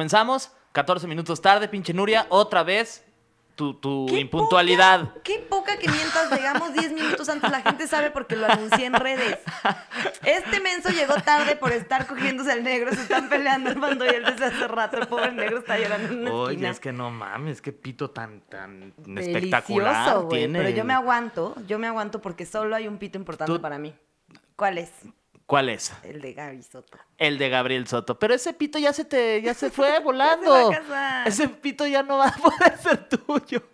Comenzamos 14 minutos tarde, pinche Nuria, otra vez tu, tu impuntualidad. poca- qué poca que mientras llegamos 10 minutos antes. La gente sabe porque lo anuncié en redes. Este menso llegó tarde por estar cogiéndose al negro. Se están peleando el bando y él desde hace rato. El pobre negro está llorando en una Oye, esquina. es que no mames, qué pito tan, tan espectacular Delicioso, güey. tiene. Pero yo me aguanto. Yo me aguanto porque solo hay un pito importante Tú- para mí. ¿Cuál es? ¿Cuál es? El de Gaby Soto. El de Gabriel Soto. Pero ese pito ya se te, ya se fue volando. va a casar. Ese pito ya no va a poder ser tuyo.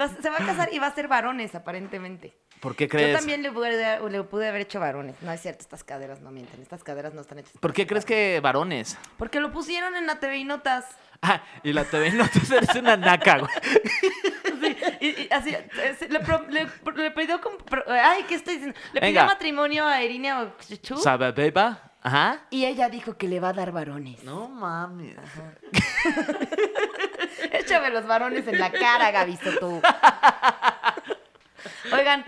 Va- se va a casar y va a ser varones, aparentemente. ¿Por qué crees? Yo también le pude, le pude haber hecho varones. No es cierto, estas caderas no mienten. Estas caderas no están hechas. ¿Por qué crees que varones? Porque lo pusieron en la TV y notas. Ah, y la TV no te eres una naca, güey. Y, y así, eh, se- le, pro- le- le pidió. como pro- ay, ¿qué estoy diciendo? Le pidió Venga. matrimonio a Irinia Chuchu. ¿Sabe, beba? Ajá. y ella dijo que le va a dar varones. No mames. Échame los varones en la cara, Gaby tú. Oigan,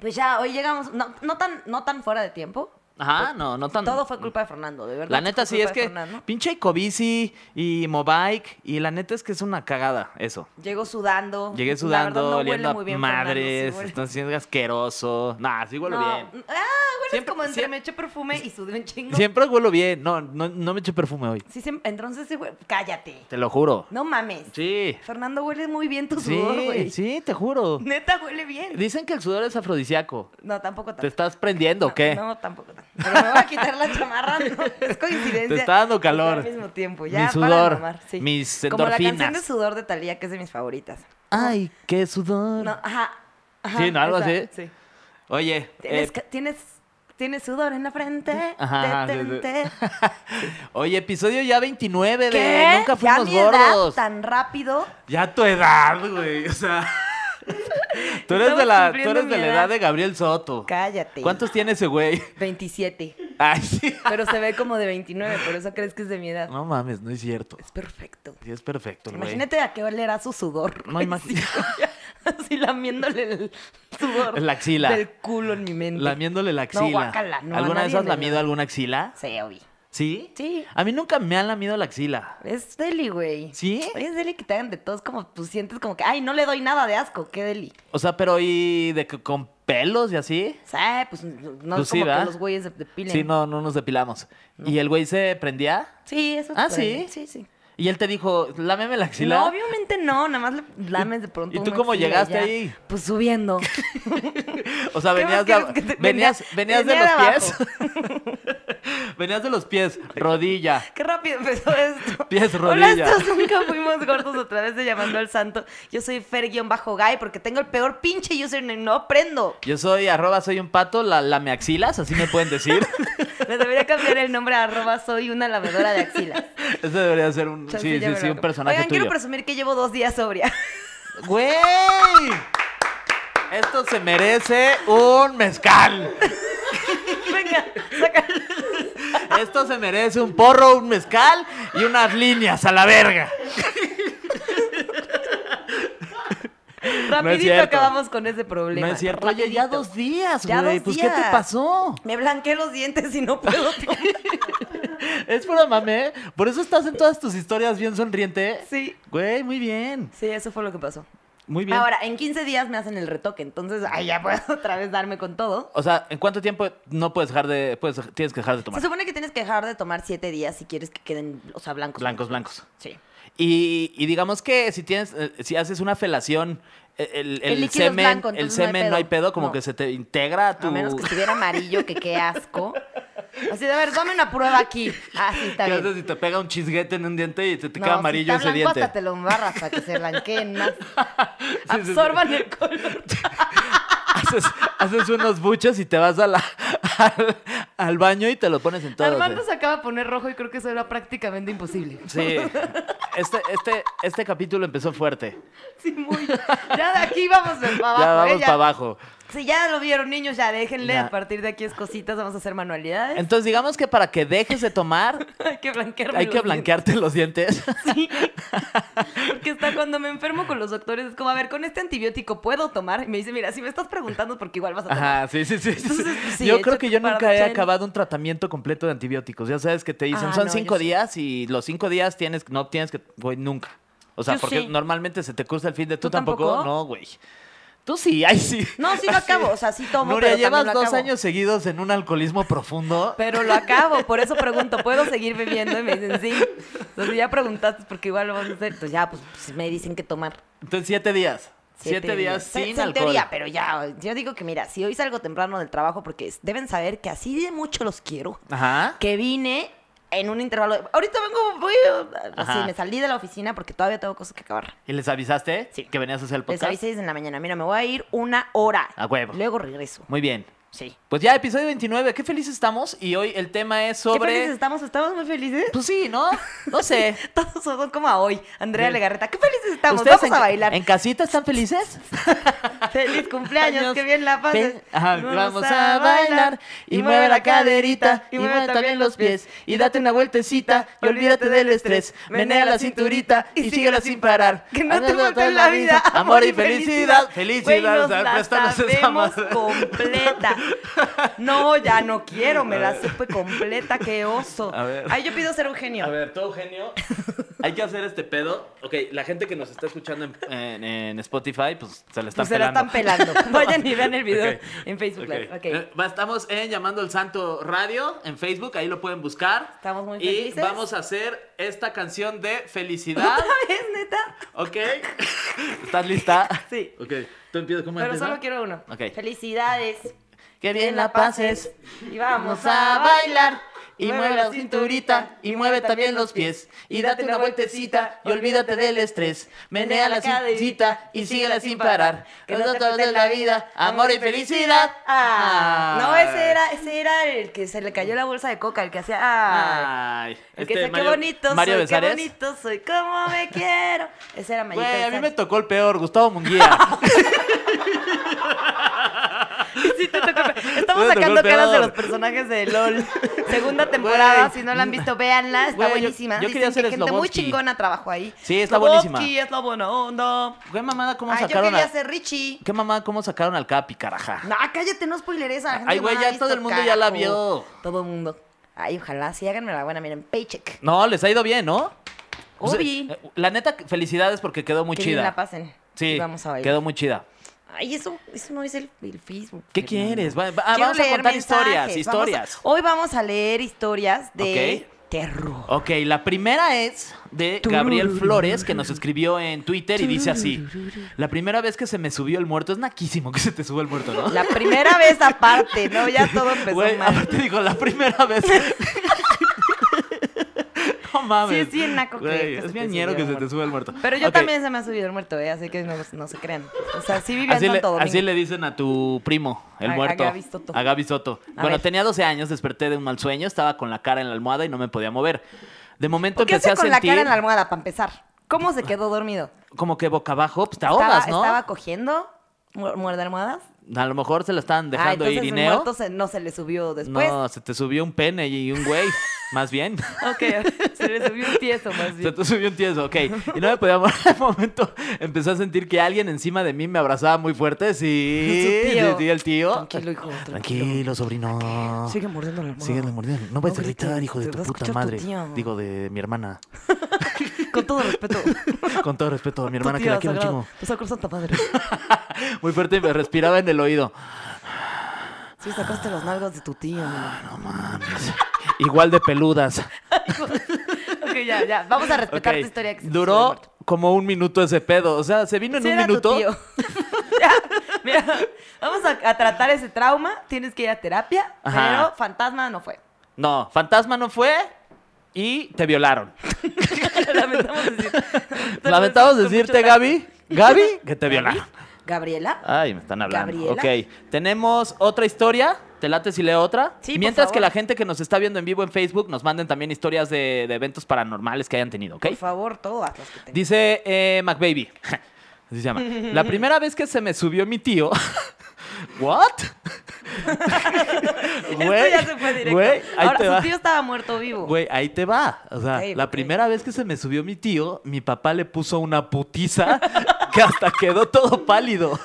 pues ya, hoy llegamos. No, no, tan, no tan fuera de tiempo. Ajá, no, no tan. Todo fue culpa de Fernando, de verdad. Mm. La neta fue sí, es culpa de que Fernando. pinche Ecobici y Mobike y la neta es que es una cagada eso. Llegó sudando. Llegué La sudando, verdad, no huele oliendo a muy bien madres, Fernando, sí huele- están siendo asqueroso. Nah, sí huelo No, bien. Ah, hueles Siempre- como entre siempre- me eché perfume y sudé un chingo. Siempre huelo bien. No, no, no me eché perfume hoy. Sí, siempre- entonces ese güey- cállate. Te lo juro. No mames. Sí. Fernando huele muy bien tu Sí, sudor, güey. sí, te juro. Neta huele bien. Dicen que el sudor es afrodisíaco. No, tampoco tanto. ¿Te estás prendiendo o qué? No, tampoco tanto. Pero me voy a quitar la chamarra, no, es coincidencia. Te está dando calor. Al mismo tiempo, Mi ya. para de sudor, mamar, sí. mis Como la endorfinas. canción de sudor de Talía, que es de mis favoritas. Ay, qué sudor. No, ajá. ajá, Sí, ¿no? Algo esa, así. Eh, Sí. Oye, Tienes, eh, ca- tienes, tienes sudor en la frente. Ajá, te- sí, sí. te- oye, episodio ya 29 ¿Qué? de Nunca ya Fuimos mi edad Gordos. tan rápido. Ya tu edad, güey. O sea. tú eres, de la, tú cumpliendo eres de mi la edad. edad de Gabriel Soto. Cállate. ¿Cuántos tiene ese güey? 27. Ay, sí. Pero se ve como de 29, por eso crees que es de mi edad. No mames, no es cierto. Es perfecto. Sí, es perfecto, el güey. Imagínate a qué olerá su sudor. No, imagínate. Así lamiéndole el sudor. La axila. Del culo en mi mente. Lamiéndole la axila. No, guácala, no, a ¿Alguna vez nadie has le- lamido alguna axila? Sí, obvio. ¿Sí? Sí. A mí nunca me han lamido la axila. Es deli, güey. ¿Sí? Es deli que te hagan de todos como tú sientes como que, ay, no le doy nada de asco, qué deli. O sea, pero ¿y de que con pelos y así? O sea, pues no Pues es sí, como ¿verdad? que los güeyes de depilen. Sí, no, no nos depilamos. ¿Y el güey se prendía? Sí, eso Ah, está bien. ¿sí? Sí, sí. Y él te dijo, lámeme la axila. No, obviamente no, nada más le lames de pronto. y tú una cómo axila y llegaste ya. ahí? Pues subiendo. O sea, ¿Qué venías más de, quieres que te- venías, venía- venías de venía los pies. venías de los pies, rodilla. Qué rápido empezó esto. Pies, Hola, rodilla. estos nunca fuimos gordos otra vez de llamando al santo. Yo soy Fer-Guy porque tengo el peor pinche username. No aprendo. Yo soy arroba soy un pato, la, me axilas, así me pueden decir. Me debería cambiar el nombre a arroba soy una lavadora de axilas. Ese debería ser un, Chance sí, ya sí, me sí, un lo hago. personaje Oigan, tuyo. quiero presumir que llevo dos días sobria. ¡Güey! Esto se merece un mezcal. Venga, saca. Esto se merece un porro, un mezcal y unas líneas a la verga. Rapidito cierto. acabamos con ese problema. No es cierto. Oye, ya Rapidito. dos días, Ya güey. dos Pues, ¿qué te días. pasó? Me blanqueé los dientes y no puedo. Es pura mame, ¿eh? Por eso estás en todas tus historias bien sonriente. sí. Güey, muy bien. Sí, eso fue lo que pasó. Muy bien. Ahora, en 15 días me hacen el retoque, entonces ay, ya puedo otra vez darme con todo. O sea, ¿en cuánto tiempo no puedes dejar de. Puedes, tienes que dejar de tomar? Se supone que tienes que dejar de tomar 7 días si quieres que queden, o sea, blancos. Blancos, blancos. Sí. Y, y digamos que si tienes, eh, si haces una felación, e, el, el- El el líquido es semen, blanco, el entonces no hay semen no hay, pedo. pedo, como No. que se te integra a tu. A menos que estuviera amarillo, que qué asco. Así de, a ver, dame una prueba aquí. Ah, sí, está ¿Qué bien. haces si te pega un chisguete en un diente y se te No, queda si amarillo está ese blanco, diente? hasta te lo embarras para que se blanqueen más. sí, sí. Absorban el color. Haces, haces unos buches y te vas a la, al, al baño y te lo pones en eh. todo. Armando se acaba de poner rojo y creo que eso era prácticamente imposible. Sí. Este, este, este capítulo empezó fuerte. Sí, muy. Ya de aquí vamos para abajo. ya ¿eh? vamos Ya. para abajo. Si ya lo vieron, niños, ya déjenle. Ya. A partir de aquí es cositas, vamos a hacer manualidades. Entonces, digamos que para que dejes de tomar, Hay que blanquearme. hay que los blanquearte los dientes. dientes. Sí. Porque está cuando me enfermo con los doctores, es como, a ver, con este antibiótico puedo tomar. Y me dice, mira, si me estás preguntando, porque igual vas a tomar. Ajá, sí, sí, sí. sí, sí. Entonces, pues, sí, yo creo échate que yo para nunca he Michelle. acabado un tratamiento completo de antibióticos. Ya sabes que te dicen, Ah, son no, cinco yo sí. días y los cinco días tienes, no tienes que, güey, nunca. O sea, Yo porque sí. normalmente se te cruza el fin de tú, ¿Tú tampoco? No, güey. Tú sí, ay, sí. No, sí lo acabo, o sea, sí tomo, Nuria, pero llevas también lo dos acabo. años seguidos en un alcoholismo profundo. Pero lo acabo, por eso pregunto, ¿puedo seguir bebiendo? Y me dicen, sí. Entonces ya preguntaste, porque igual lo vas a hacer. Entonces ya, pues, pues, me dicen que tomar. Entonces, siete días. Siete, días sin Se- se- en alcohol. teoría, pero ya, yo digo que mira, si hoy salgo temprano del trabajo, porque es- deben saber que así de mucho los quiero, Ajá. que vine en un intervalo. de- ahorita vengo, voy, eh, así, Ajá. me salí de la oficina porque todavía tengo cosas que acabar. ¿Y les avisaste Sí. que venías a hacer el Les podcast? avisé desde la mañana, mira, me voy a ir una hora. A huevo. Luego regreso. Muy bien. Sí. Pues ya, episodio 29. Qué felices estamos. Y hoy el tema es sobre. ¿Qué felices estamos? ¿Estamos muy felices? Pues sí, ¿no? No sé. Todos son como a hoy. Andrea Bien. Legarreta, qué felices estamos. ¿Ustedes en- Vamos a bailar. ¿En casita están felices? Feliz cumpleaños, Años. qué bien la pases. Ven, ajá, vamos a bailar y mueve la caderita y mueve también los pies y date una vueltecita y olvídate del estrés. Menea la cinturita y síguela sin parar. Que no te Hazlo vuelva toda en la vida. Amor y felicidad. Felicidad. o sea, la préstanos esa sabemos madre. completa. No, ya no quiero, me la supe completa, qué oso. A ver. Ay, yo pido ser Eugenio. A ver, todo genio. Hay que hacer este pedo. Ok, la gente que nos está escuchando en, en- en Spotify, pues se le está Pues se la están pelando. Vayan y vean el video Ok. en Facebook Live. Ok. Ok. Eh, va- Estamos en Llamando al Santo Radio en Facebook, ahí lo pueden buscar. Estamos muy Y felices. vamos a hacer esta canción de felicidad. ¿Otra vez, neta? ¿Ok? ¿Estás lista? Sí. Ok, tú empiezas como Pero solo quiero uno. pues Ok. Felicidades. Que bien la pases. Y vamos Vamos a bailar. y mueve la cinturita y mueve también los pies y date una vueltecita y olvídate del estrés. Menea la cinturita y síguela sin parar. Que no te pierdas la vida, amor y felicidad. Ah, no, ese Ay. era, ese era el que se le cayó la bolsa de coca, el que hacía. ah, Ay, el este que decía, Mario- qué bonito Mario soy, Besares. qué bonito soy, cómo me quiero. Ese era Mayito Güey, a mí me Besares. tocó el peor, Gustavo Munguía. Sí, te tocó. Estamos Me tocó sacando el caras de peor. los personajes de LOL. Segunda temporada, Güey. si no la han visto, véanla, está Güey, yo- buenísima. yo quería Dicen que ser gente muy Slobodsky. chingona trabajó ahí. Sí, está Slobodsky buenísima. es la buena onda. Güey, mamada, ¿cómo Ay, yo sacaron quería a- ser Richie. ¿Qué mamada, cómo sacaron al Capi, caraja? No, cállate, no spoileres a la gente. Ay, que güey, no ya ha visto, todo el mundo ya la carajo. vio. Todo el mundo. Ay, ojalá, sí, háganme la buena, miren, paycheck. No, les ha ido bien, ¿no? O sea, Obi. eh, la neta, felicidades porque quedó muy que bien chida. la pasen. Sí, Y vamos a bailar. quedó muy chida. Ay, eso, eso no es el, el Facebook. ¿Qué Fernando. quieres? Va- va- ah, Quiero vamos a leer contar historias, mensajes, vamos a- historias. hoy vamos a leer historias de terror. Ok, la primera es de Gabriel Flores, que nos escribió en Twitter y dice así. La primera vez que se me subió el muerto, es naquísimo que se te suba el muerto, ¿no? La primera vez aparte, ¿no? Ya todo empezó Güey, ah, mal. aparte digo, la primera vez. no mames. Sí, es bien naco que- Güey, que se es te bien subió ñero el que se te muerto. sube el muerto. Pero yo Ok, también se me ha subido el muerto, ¿eh? Así que no, no se crean. O sea, sí vivía Así en le, Santo Domingo. así le dicen a tu primo, el A- a muerto. Gaby Soto. A Gaby Soto. A bueno, ver. tenía 12 años, desperté de un mal sueño, estaba con la cara en la almohada y no me podía mover. De momento ¿Por qué empecé a hace con sentir la cara en la almohada, para empezar? ¿Cómo se quedó dormido? como que boca abajo, pues te ahogas, estaba, ¿no? estaba cogiendo mu- muerde almohadas. A lo mejor se la estaban ah, dejando entonces ir el dinero. muerto se- no se le subió después. No, se te subió un pene y un güey, más bien. Ok, se le subió un tieso más Se bien. te subió un tieso, ok. Y no me podía mover. Al momento empecé a sentir que alguien encima de mí me abrazaba muy fuerte. Sí, Su tío. sí, sí, el tío. Tranquilo, hijo, tranquilo. Tranquilo, sobrino. Sigue mordiendo la almohada. Sigue mordiendo. No vayas a grites, gritar, hijo de te tu va a puta escuchar tu madre. tío. Digo, de mi hermana. Con todo respeto. Con todo respeto, a mi Tu hermana que tía la quiero un sagrada, chingo. Tu sacro santa madre. Muy fuerte y me respiraba en el oído. Sí, sacaste las nalgas de tu tío. No mames. Igual de peludas. ok, ya, ya. Vamos a respetar Ok, tu historia. que se subió el Duró muerto. como un minuto ese pedo. O sea, se vino en Sí, un era tu minuto. tío. Ya, mira, vamos a, a tratar ese trauma. Tienes que ir a terapia. Ajá. Pero fantasma no fue. No, fantasma no fue y te violaron. Lamentamos decir. Lamentamos Con mucho decirte, tacto. Gaby, Gaby, que te violaron. Gabriela. Ay, me están hablando. Gabriela. Ok, tenemos otra historia. ¿Te late si leo otra? Sí, por Mientras que favor. la gente que nos está viendo en vivo en Facebook nos manden también historias de, de eventos paranormales que hayan tenido, ¿ok? Por favor, todas las que tengas. Dice eh, McBaby. Así se llama. La primera vez que se me subió mi tío, ¿What? Esto ya se fue directo. güey, ahí Ahora, te su va. tío estaba muerto vivo. Güey, ahí te va. O sea, Ok, la ok. primera vez que se me subió mi tío, mi papá le puso una putiza que hasta quedó todo pálido.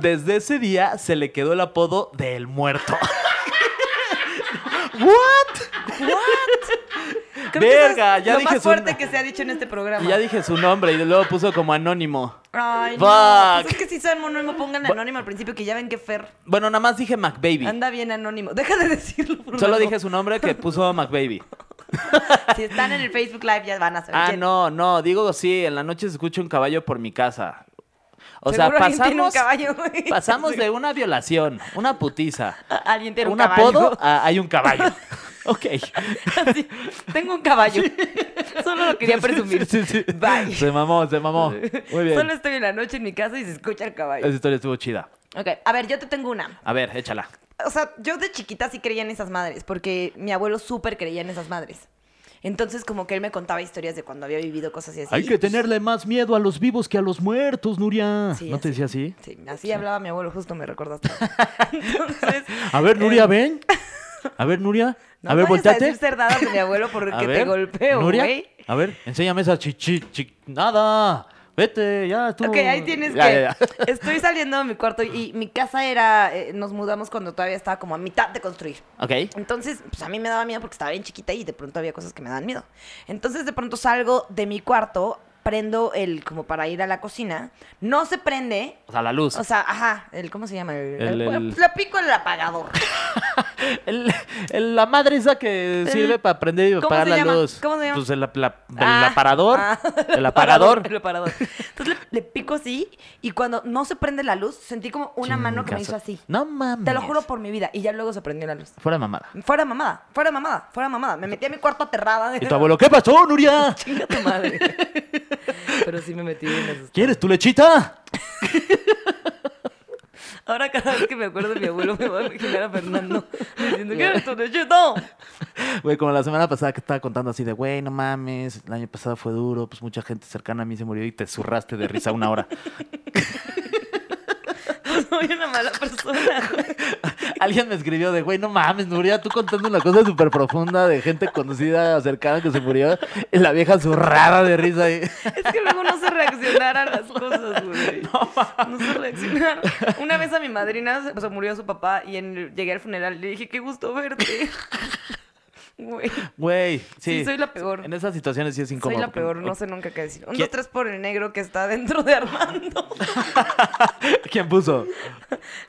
Desde ese día se le quedó el apodo de El Muerto. ¿What? Creo que eso es verga, ya lo dije más su- fuerte que se ha dicho en este programa. Y ya dije su nombre y luego puso como anónimo. Ay, no. Fuck. Pues es que si son anónimo, pongan anónimo al principio, que ya ven que Fer Bueno, nada más dije McBaby. anda bien anónimo. Deja de decirlo, por Solo favor. dije su nombre que puso McBaby. Si están en el Facebook Live, ya van a saber. Ah, quién. no, no, digo sí, en la noche se escucha un caballo por mi casa. O sea, Seguro alguien tiene un pasamos, caballo, güey. pasamos de una violación, una putiza, Alguien tiene un, un caballo. apodo a hay un caballo. ok. Sí, Tengo un caballo. Solo lo quería presumir. Sí, sí, sí. Bye. Se mamó, se mamó. Muy bien. Solo estoy en la noche en mi casa y se escucha el caballo. Esa historia estuvo chida. Ok, a ver, yo te tengo una. A ver, échala. O sea, yo de chiquita sí creía en esas madres, porque mi abuelo súper creía en esas madres. Entonces, como que él me contaba historias de cuando había vivido cosas y así. Hay que tenerle más miedo a los vivos que a los muertos, Nuria. Sí, ¿No te así. decía así? Sí, así hablaba mi abuelo, justo me recordaste. Entonces. A ver, Nuria, eh, ven. A ver, Nuria. no a ver, vayas volteate. decir cerdadas de mi abuelo porque A te ver, golpeo, Nuria, güey. A ver, enséñame esa chichi, chi- nada. Vete, ya tú. Ok, ahí tienes Ya, que. ya, ya. Estoy saliendo de mi cuarto y mi casa era. eh, nos mudamos cuando todavía estaba como a mitad de construir. Ok. Entonces, pues a mí me daba miedo porque estaba bien chiquita y de pronto había cosas que me daban miedo. Entonces, de pronto salgo de mi cuarto, prendo el como para ir a la cocina. No se prende. O sea, la luz. O sea, ajá, el ¿cómo se llama? El, El- el- el- la pico en el apagador. El- el- la madre esa que El- sirve para prender y ¿cómo apagar se la llama? luz. ¿Cómo se llama? Pues el, ap- la- el Ah, aparador. ah, el aparador. El aparador. Entonces le, le pico así y cuando no se prende la luz, sentí como una mano que me hizo Chingazo. así. No mames. Te lo juro por mi vida. Y ya luego se prendió la luz. Fuera de mamada. Fuera mamada, fuera mamada, fuera mamada. Me metí a mi cuarto aterrada. Y tu abuelo, ¿qué pasó, Nuria? Chinga tu madre. Pero sí me metí en eso. ¿Quieres tu lechita? Ahora cada vez que me acuerdo de mi abuelo me voy a imaginar a Fernando diciendo que eres tu lechito. Güey, como la semana pasada que estaba contando así de, güey, no mames, el año pasado fue duro, pues mucha gente cercana a mí se murió y te zurraste de risa una hora. Soy una mala persona. Alguien me escribió de, güey, no mames, Nuria, tú contando una cosa súper profunda de gente conocida, cercana que se murió, y la vieja zurrada de risa. ahí. Es que luego no sé reaccionar a las cosas, güey. No, sé reaccionar. Una vez a mi madrina se- o sea, murió su papá y en el- llegué al funeral y le dije, qué gusto verte. Güey, Güey, sí. Sí, soy la peor. En esas situaciones sí es incómodo. soy la peor, porque- no sé nunca qué decir. Un, ¿Quién- dos, tres por el negro que está dentro de Armando. ¿Quién puso?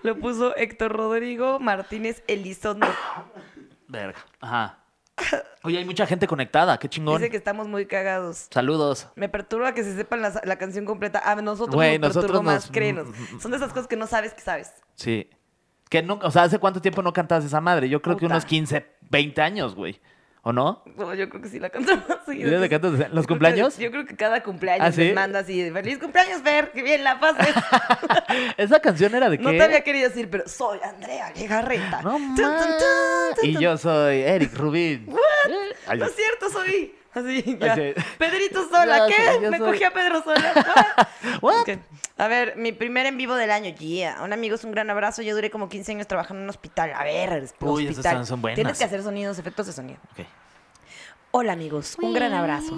Lo puso Héctor Rodrigo Martínez Elizondo. Verga. Ajá. Oye, hay mucha gente conectada, qué chingón. Dice que estamos muy cagados. Saludos. Me perturba que se sepan la, la canción completa. A nosotros Güey, nos nosotros perturba más, nos- créenos. Son de esas cosas que no sabes que sabes. Sí. Que nunca, o sea, ¿hace cuánto tiempo no cantabas esa madre? Yo creo que Puta. unos 15, 20 años, güey. ¿O no? No, yo creo que sí la canto más seguido. ¿Ya la que- cantas en los yo creo que- cumpleaños? yo creo que cada cumpleaños ¿Ah, sí? me manda así de, ¡Feliz cumpleaños, Fer! ¡Qué bien la pases! Esa canción era de no qué? te había querido decir, pero soy Andrea Legarreta. No Tun, tun, tun, mames. tun, Y tun. yo soy Eric Rubin. Ay, No es cierto, soy... Así, ya. Así. Pedrito Ya, Sola, ¿qué? yo Me soy- cogí a Pedro Sola. ¿what? ¿What? Ok. A ver, mi primer en vivo del año, yeah. Un amigo es un gran abrazo. Yo duré como 15 años trabajando en un hospital. A ver, hospital. Uy, esas son- son buenas. Tienes que hacer sonidos, efectos de sonido. Ok. Hola amigos, un gran abrazo.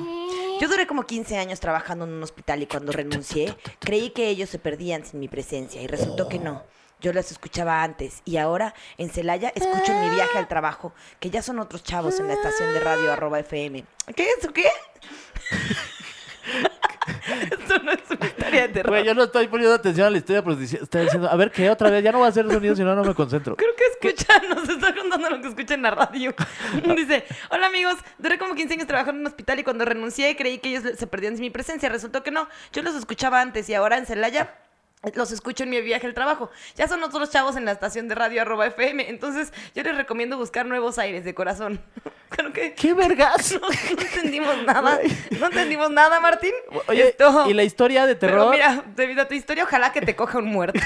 Yo duré como 15 años trabajando en un hospital y cuando renuncié, creí que ellos se perdían sin mi presencia y resultó que no. Yo las escuchaba antes y ahora en Celaya escucho en mi viaje al trabajo, que ya son otros chavos en la estación de radio arroba FM. ¿Qué es eso? ¿Qué? Esto no es una historia de terror. Güey, yo no estoy poniendo atención a la historia, pero dici- estoy diciendo, a ver qué otra vez, ya no va a hacer sonido si no, no me concentro. Creo que escucha, nos está contando lo que escucha en la radio. Dice, hola amigos, duré como 15 años trabajando en un hospital y cuando renuncié creí que ellos se perdían sin mi presencia. Resultó que no, yo los escuchaba antes y ahora en Celaya los escucho en mi viaje al trabajo. Ya son otros chavos en la estación de radio arroba FM, entonces yo les recomiendo buscar nuevos aires de corazón. Creo que ¡Qué vergas! no, no entendimos nada, no entendimos nada, Martín. Oye, Esto- y la historia de Eh, Pero terror, mira, debido a tu historia, ojalá que te coja un muerto.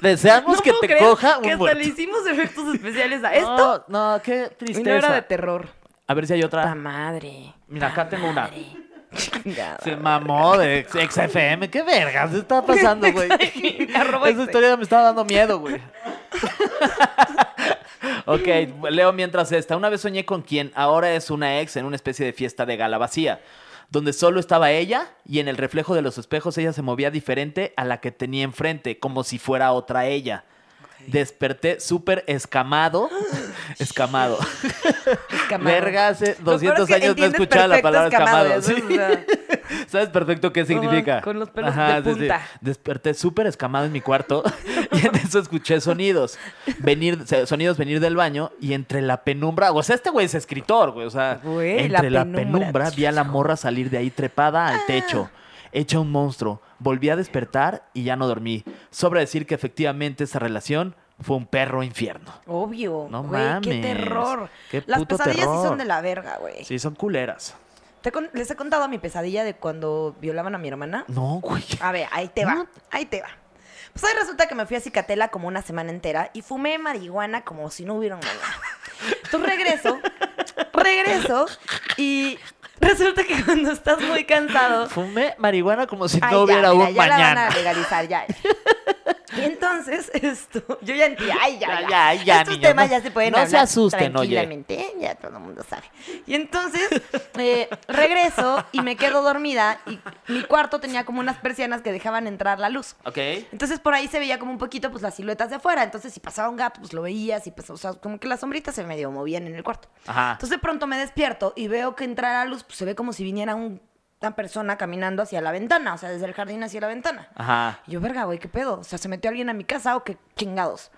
deseamos que puedo te creer coja que un hasta muerto. le hicimos efectos especiales a esto. No, no, qué y tristeza. no era de terror. A ver si hay ¡Ta otra. madre! Mira, acá tengo una. Chingada. Se mamó de ex- XFM. ¿Qué vergas está pasando, güey? Arroba Esa ex- historia me estaba dando miedo, güey. ok, leo mientras esta. Una vez soñé con quien ahora es una ex en una especie de fiesta de gala vacía, donde solo estaba ella y en el reflejo de los espejos ella se movía diferente a la que tenía enfrente, como si fuera otra ella. Desperté súper escamado. Escamado. Escamado. Verga, hace Lo peor 200 es que años no entiendes escuchaba la perfecto palabra escamado. escamado, sí. eso, o Sabes perfecto qué significa. con los pelos de punta. Desperté súper escamado en mi cuarto y en eso escuché sonidos. Venir, o sea, sonidos venir del baño y entre la penumbra. O sea, este güey es escritor, güey. O sea, Güey, la entre la penumbra, penumbra, Ah. vi a la morra salir de ahí trepada al techo. Hecha un monstruo. Volví a despertar y ya no dormí. Sobra decir que efectivamente esa relación fue un perro infierno. Obvio. No güey, mames. qué terror. Qué Las puto pesadillas sí terror. son de la verga, güey. Sí, son culeras. Te con- Les he contado mi pesadilla de cuando violaban a mi hermana. No, güey. A ver, ahí te va, No. ahí te va. Pues hoy resulta que me fui a Cicatela como una semana entera y fumé marihuana como si no hubiera un mañana. Entonces regreso, regreso y resulta que cuando estás muy cansado... Fumé marihuana como si ay, no ya, hubiera mira, un ya la van mañana. a legalizar, ya. Y entonces, esto, yo ya entendí, ay, ya, Ya, ya, ya, ya, Estos niños, temas no- ya se pueden no se hablar asusten, oye. tranquilamente, ¿eh? ya todo el mundo sabe. Y entonces, eh, regreso y me quedo dormida y mi cuarto tenía como unas persianas que dejaban entrar la luz. Ok. Entonces por ahí se veía como un poquito pues las siluetas de afuera. Entonces si pasaba un gato, pues lo veías y pues, o sea, como que las sombritas se medio movían en el cuarto. Ajá. Entonces de pronto me despierto y veo que entrar la luz, pues se ve como si viniera un- una persona caminando hacia la ventana, o sea, desde el jardín hacia la ventana. Ajá. Y yo, verga, güey, ¿qué pedo? O sea, ¿se metió alguien a mi casa o qué chingados?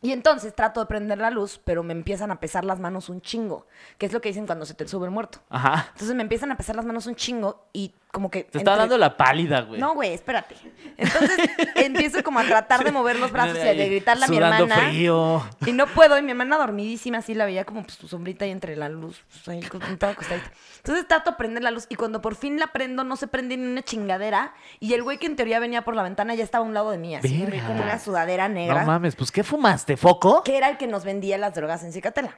Y entonces trato de prender la luz, pero me empiezan a pesar las manos un chingo, que es lo que dicen cuando se te sube el muerto. Ajá. Entonces me empiezan a pesar las manos un chingo y como que... Te está entre- dando la pálida, güey. no, güey, espérate. Entonces empiezo como a tratar de mover los brazos y Ay, de gritarle a mi sudando hermana. frío. Y no puedo, y mi hermana dormidísima, así la veía como pues, su sombrita ahí entre la luz, pues, ahí con- con toda acostadita. Entonces trato de prender la luz y cuando por fin la prendo, no se prende ni una chingadera. Y el güey que en teoría venía por la ventana ya estaba a un lado de mí, así, Verga. con una sudadera negra No mames, pues ¿qué fumaste, foco? que era el que nos vendía las drogas en Cicatela.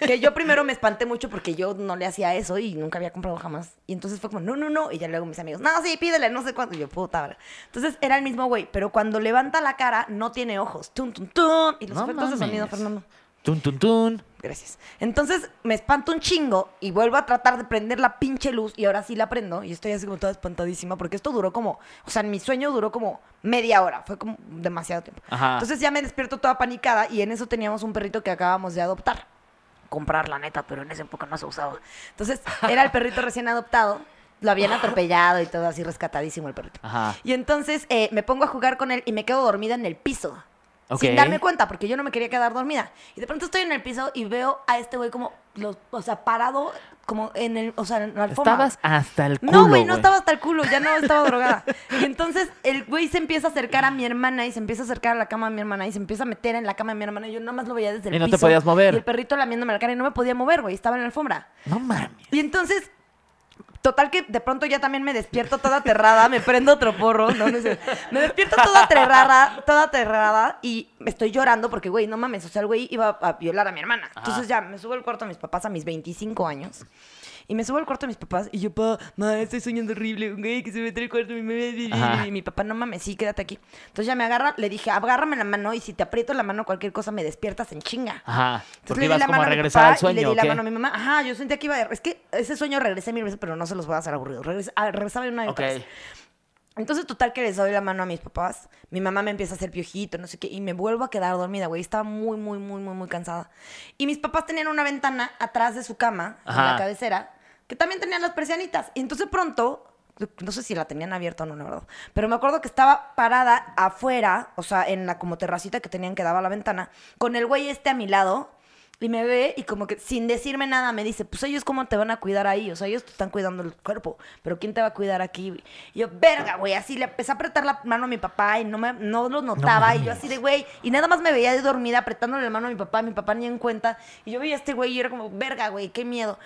que yo primero me espanté mucho porque yo no le hacía eso y nunca había comprado jamás. Y entonces fue como, no, no, no. Y ya luego mis amigos, no, sí, pídele, no sé cuánto. Y yo, puta, madre. Entonces era el mismo güey, pero cuando levanta la cara no tiene ojos. Tum, tum, tum. Y los No efectos de sonido, mames. Fernando. Tun, tun, tun. Gracias. Entonces me espanto un chingo y vuelvo a tratar de prender la pinche luz y ahora sí la prendo y estoy así como toda espantadísima porque esto duró como, o sea, en mi sueño duró como media hora, fue como demasiado tiempo. Ajá. Entonces ya me despierto toda panicada y en eso teníamos un perrito que acabábamos de adoptar. Comprar la neta, pero en ese época no se usaba. Entonces era el perrito recién adoptado, lo habían atropellado y todo así rescatadísimo el perrito. Ajá. Y entonces eh, me pongo a jugar con él y me quedo dormida en el piso. Ok. Sin darme cuenta, porque yo no me quería quedar dormida. Y de pronto estoy en el piso y veo a este güey como, los, o sea, parado, como en el, o sea, en la alfombra. Estabas hasta el culo, No, güey, no estaba hasta el culo, ya no estaba drogada. Y entonces el güey se empieza a acercar a mi hermana y se empieza a acercar a la cama de mi hermana y se empieza a meter en la cama de mi hermana. Y yo nada más lo veía desde el Y no te piso, podías mover. Y el perrito lamiéndome la cara y no me podía mover, güey, estaba en la alfombra. No mames. Y entonces, total que de pronto ya también me despierto toda aterrada, me prendo otro porro, no, no sé. Me despierto toda aterrada, toda aterrada y me estoy llorando porque, güey, no mames, o sea, el güey iba a violar a mi hermana. Entonces ya me subo al cuarto de mis papás a mis 25 años. Y me subo al cuarto de mis papás y yo, pa, ma, estoy soñando horrible, un güey que se mete al cuarto de mi mamá. Ajá. Y mi papá, no mames, sí, quédate aquí. Entonces ya me agarra, le dije, agárrame la mano y si te aprieto la mano cualquier cosa me despiertas en chinga. Ajá. Entonces Porque le di ibas la como a mano mi regresar papá al sueño, Y le di ¿o la qué? mano a mi mamá. Ajá, yo sentía que iba a... Es que ese sueño regresé mil veces, pero no se los voy a hacer aburrido. Regres- ah, regresaba de una y Ok. otra vez. Entonces, total que les doy la mano a mis papás. Mi mamá me empieza a hacer piojito, no sé qué. Y me vuelvo a quedar dormida, güey. Estaba muy, muy, muy, muy, muy cansada. Y mis papás tenían una ventana atrás de su cama, en Ajá. la cabecera, que también tenían las persianitas. Y entonces pronto... No sé si la tenían abierta o no, la verdad. Pero me acuerdo que estaba parada afuera, o sea, en la como terracita que tenían que daba a la ventana, con el güey este a mi lado, y me ve y como que sin decirme nada me dice, pues ellos cómo te van a cuidar ahí, o sea, ellos te están cuidando el cuerpo, pero ¿quién te va a cuidar aquí? güey?". Y yo, verga, güey, así le empecé a apretar la mano a mi papá y no, me, no lo notaba y yo así de, güey, y nada más me veía de dormida apretándole la mano a mi papá, mi papá ni en cuenta, y yo veía a este güey y era como, verga, güey, qué miedo.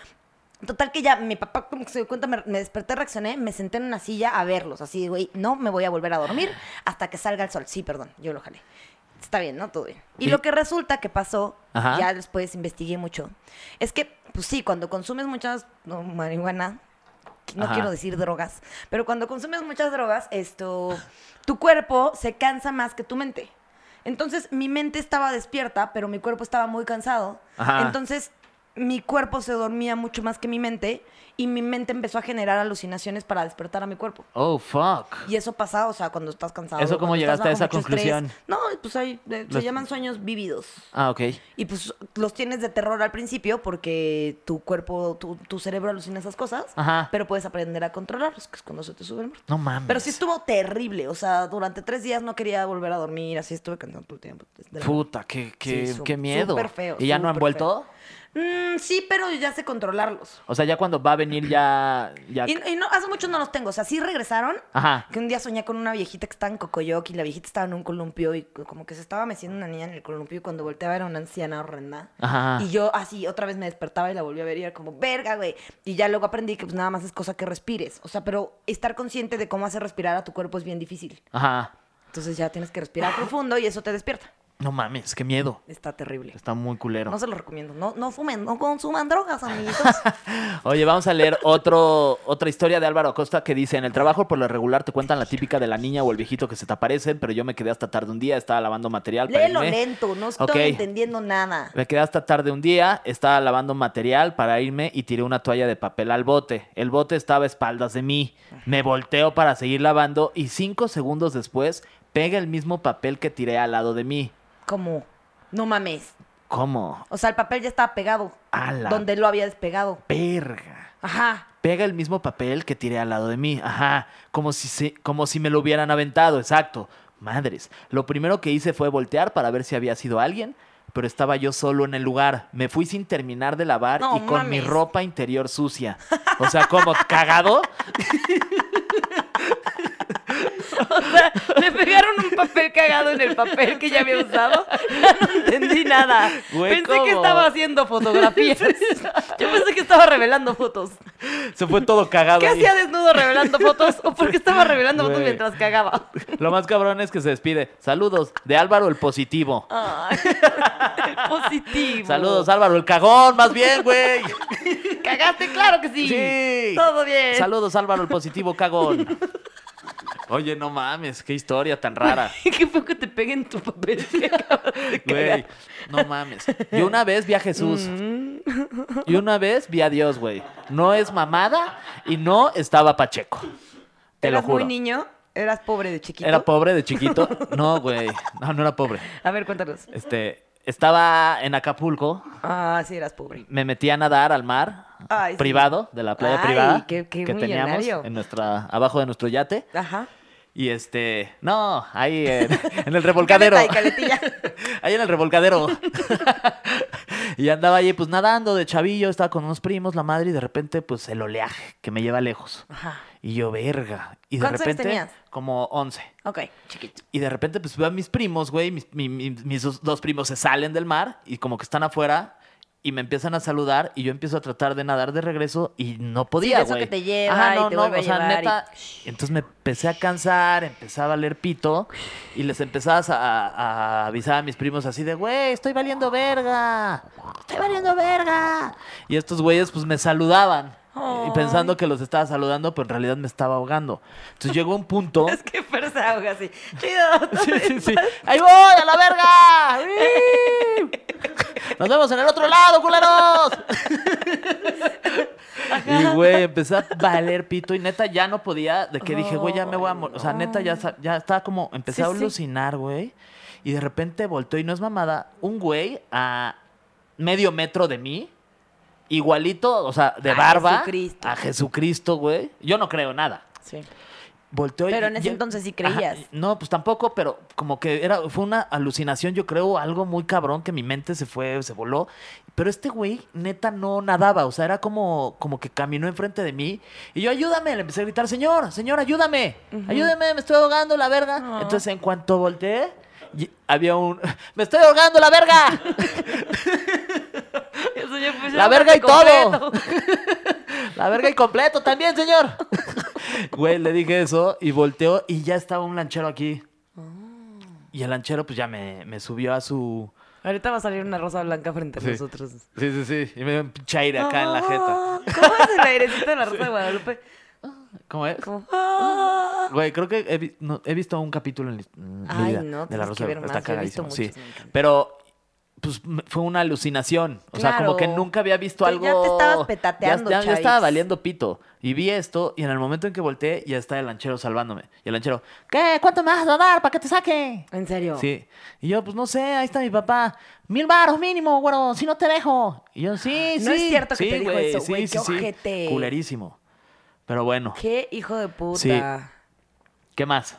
Total que ya mi papá como que se dio cuenta, me, me desperté, reaccioné, me senté en una silla a verlos, así de, güey, no me voy a volver a dormir Ah. hasta que salga el sol. Sí, perdón, yo lo jalé. Está bien, ¿no? Todo bien. Y, Y- lo que resulta que pasó, Ajá. ya después investigué mucho, es que, pues sí, cuando consumes muchas no, marihuana, no Ajá. quiero decir drogas, pero cuando consumes muchas drogas, esto, tu cuerpo se cansa más que tu mente. Entonces, mi mente estaba despierta, pero mi cuerpo estaba muy cansado. Ajá. Entonces, mi cuerpo se dormía mucho más que mi mente y mi mente empezó a generar alucinaciones para despertar a mi cuerpo. Oh, fuck. Y eso pasa, o sea, cuando estás cansado. ¿Eso cómo cuando estás llegaste a esa bajo mucho estrés. conclusión? No, pues hay, eh, se Los- llaman sueños vívidos. Ah, ok. Y pues los tienes de terror al principio porque tu cuerpo, tu, tu cerebro alucina esas cosas, Ajá. pero puedes aprender a controlarlos, que es cuando se te sube el muerto. No mames. Pero sí estuvo terrible, o sea, durante tres días no quería volver a dormir, así estuve cantando todo el tiempo. desde la- Puta, qué, qué, Sí, su- qué miedo. súper feo, ¿Y ya no han súper vuelto? Mm, sí, pero ya sé controlarlos. O sea, ya cuando va a venir ya... ya... Y, y no, hace mucho no los tengo, o sea, sí regresaron, Ajá. Que un día soñé con una viejita que estaba en Cocoyoc y la viejita estaba en un columpio y co- como que se estaba meciendo una niña en el columpio y cuando volteaba era una anciana horrenda. Ajá. Y yo así otra vez me despertaba y la volví a ver y era como, verga, güey. Y ya luego aprendí que pues nada más es cosa que respires. O sea, pero estar consciente de cómo hacer respirar a tu cuerpo es bien difícil. Ajá. Entonces ya tienes que respirar profundo y eso te despierta. No mames, qué miedo. Está terrible. Está muy culero. No se lo recomiendo. No, no fumen, no consuman drogas, amiguitos. Oye, vamos a leer otro, otra historia de Álvaro Acosta que dice: En el trabajo por lo regular te cuentan la típica de la niña o el viejito que se te aparecen, pero yo me quedé hasta tarde un día, estaba lavando material. para Léelo irme. lento, no estoy Ok. entendiendo nada. Me quedé hasta tarde un día, estaba lavando material para irme y tiré una toalla de papel al bote. El bote estaba a espaldas de mí. Me volteo para seguir lavando y cinco segundos después pega el mismo papel que tiré al lado de mí. Como, no mames. ¿Cómo? O sea, el papel ya estaba pegado. A la Donde lo había despegado. verga. Ajá. pega el mismo papel que tiré al lado de mí. Ajá, como si, se- como si me lo hubieran aventado, exacto. Madres, lo primero que hice fue voltear para ver si había sido alguien, pero estaba yo solo en el lugar. Me fui sin terminar de lavar No y con mi mames. ropa interior sucia. O sea, como cagado. O sea, me pegaron un papel cagado en el papel que ya había usado. Ya no entendí nada. Güey, pensé que ¿cómo? estaba haciendo fotografías. Yo pensé que estaba revelando fotos. Se fue todo cagado. ¿Qué ahí. hacía desnudo revelando fotos? ¿O por qué estaba revelando fotos Güey. mientras cagaba? Lo más cabrón es que se despide. Saludos de Álvaro el positivo. Ay, positivo. Saludos Álvaro el cagón, más bien, güey. ¿Cagaste? Claro que sí. Sí. Todo bien. Saludos Álvaro el positivo cagón. Oye, no mames, qué historia tan rara. Qué fue que te peguen tu papel que acabas de Güey, cagar. no mames. Y una vez vi a Jesús. Y una vez vi a Dios, güey. No es mamada y no estaba Pacheco. Te lo ¿Eras juro. muy niño? ¿Eras pobre de chiquito? ¿Era pobre de chiquito? No, güey. No, no era pobre. A ver, cuéntanos. Este, estaba en Acapulco. Ah, sí, eras pobre. Me metí a nadar al mar Ay, sí. privado, de la playa Ay, privada qué- qué que teníamos millonario. en nuestra, abajo de nuestro yate. Ajá. Y este, no, ahí en, en el revolcadero. Caleta y caletilla. Ahí en el revolcadero. y andaba allí, pues nadando de chavillo, estaba con unos primos, la madre, y de repente, pues el oleaje que me lleva lejos. Ajá. Y yo, verga. Y de ¿Cuántos años repente, tenías? como 11. Ok, chiquito. Y de repente, pues veo a mis primos, güey, mis, mi- mi- mis dos, dos primos se salen del mar y como que están afuera. Y me empiezan a saludar y yo empiezo a tratar de nadar de regreso y no podía, de güey. eso que te lleva y te vuelve a llevar y- Entonces me empecé a cansar, empezaba a valer pito y les empezabas a, a- a avisar a mis primos así de, güey, estoy valiendo verga, estoy valiendo verga. Y estos güeyes pues me saludaban y pensando que los estaba saludando, pero en realidad me estaba ahogando. Entonces llegó un punto... Es que pero se ahoga así. Chido. Sí, sí, sí. ¡Ahí voy, a la verga! ¡Uy! ¡Nos vemos en el otro lado, culeros! Y, güey, empecé a valer pito y neta ya no podía, de que dije, güey, ya me voy a morir. O sea, neta ya, sa- ya estaba como, empecé Sí, a sí. alucinar, güey. Y de repente volteó y no es mamada, un güey a medio metro de mí, igualito, o sea, de A barba. Jesucristo. A Jesucristo, güey. Yo no creo nada. Sí. Volteó y- Pero en ese ya- entonces sí creías. Ajá, no, pues tampoco, pero como que era, fue una alucinación, yo creo, algo muy cabrón que mi mente se fue, se voló. Pero este güey, neta, no nadaba. O sea, era como, como que caminó enfrente de mí. Y yo, ayúdame, le empecé a gritar, señor, señor, ayúdame, ayúdame, me estoy ahogando la verga. No. Entonces, en cuanto volteé, y- había un. ¡Me estoy ahogando la verga! Eso ya fue- La ya verga y fue completo. todo. La verga y completo también, señor. Güey, le dije eso y volteó Oh. y ya estaba un lanchero aquí. Y el lanchero pues ya me, me subió a su Ahorita va a salir una rosa blanca frente a Sí. nosotros. Sí, sí, sí. Y me dio un pinche aire acá en la jeta. Ah, ¿Cómo es el airecito de la rosa de Guadalupe? ¿Cómo es? Como, ah. Güey, creo que he, vi- no, he visto un capítulo en mi Ay, vida de la no, tienes Rosa que ver de- más. Está Yo he visto cagadísimo, sí. muchos, me encanta. Pero pues m- fue una alucinación, o sea, como que Claro. nunca había visto Tú ya algo. te estabas Ya- petateando, ya, ya estaba Chavis. valiendo pito y vi esto y en el momento en que volteé ya estaba el lanchero salvándome. Y el lanchero, "¿Qué? ¿Cuánto me vas a dar para que te saque?" ¿En serio? Sí. Y yo, pues no sé, ahí está mi papá. Mil baros mínimo, güero, si no te dejo. Y yo, sí, sí. No es cierto que sí, te dijo güey, eso, sí, güey, sí, qué sí. ojete. Culerísimo. Pero bueno, Qué hijo de puta. Sí. ¿qué más?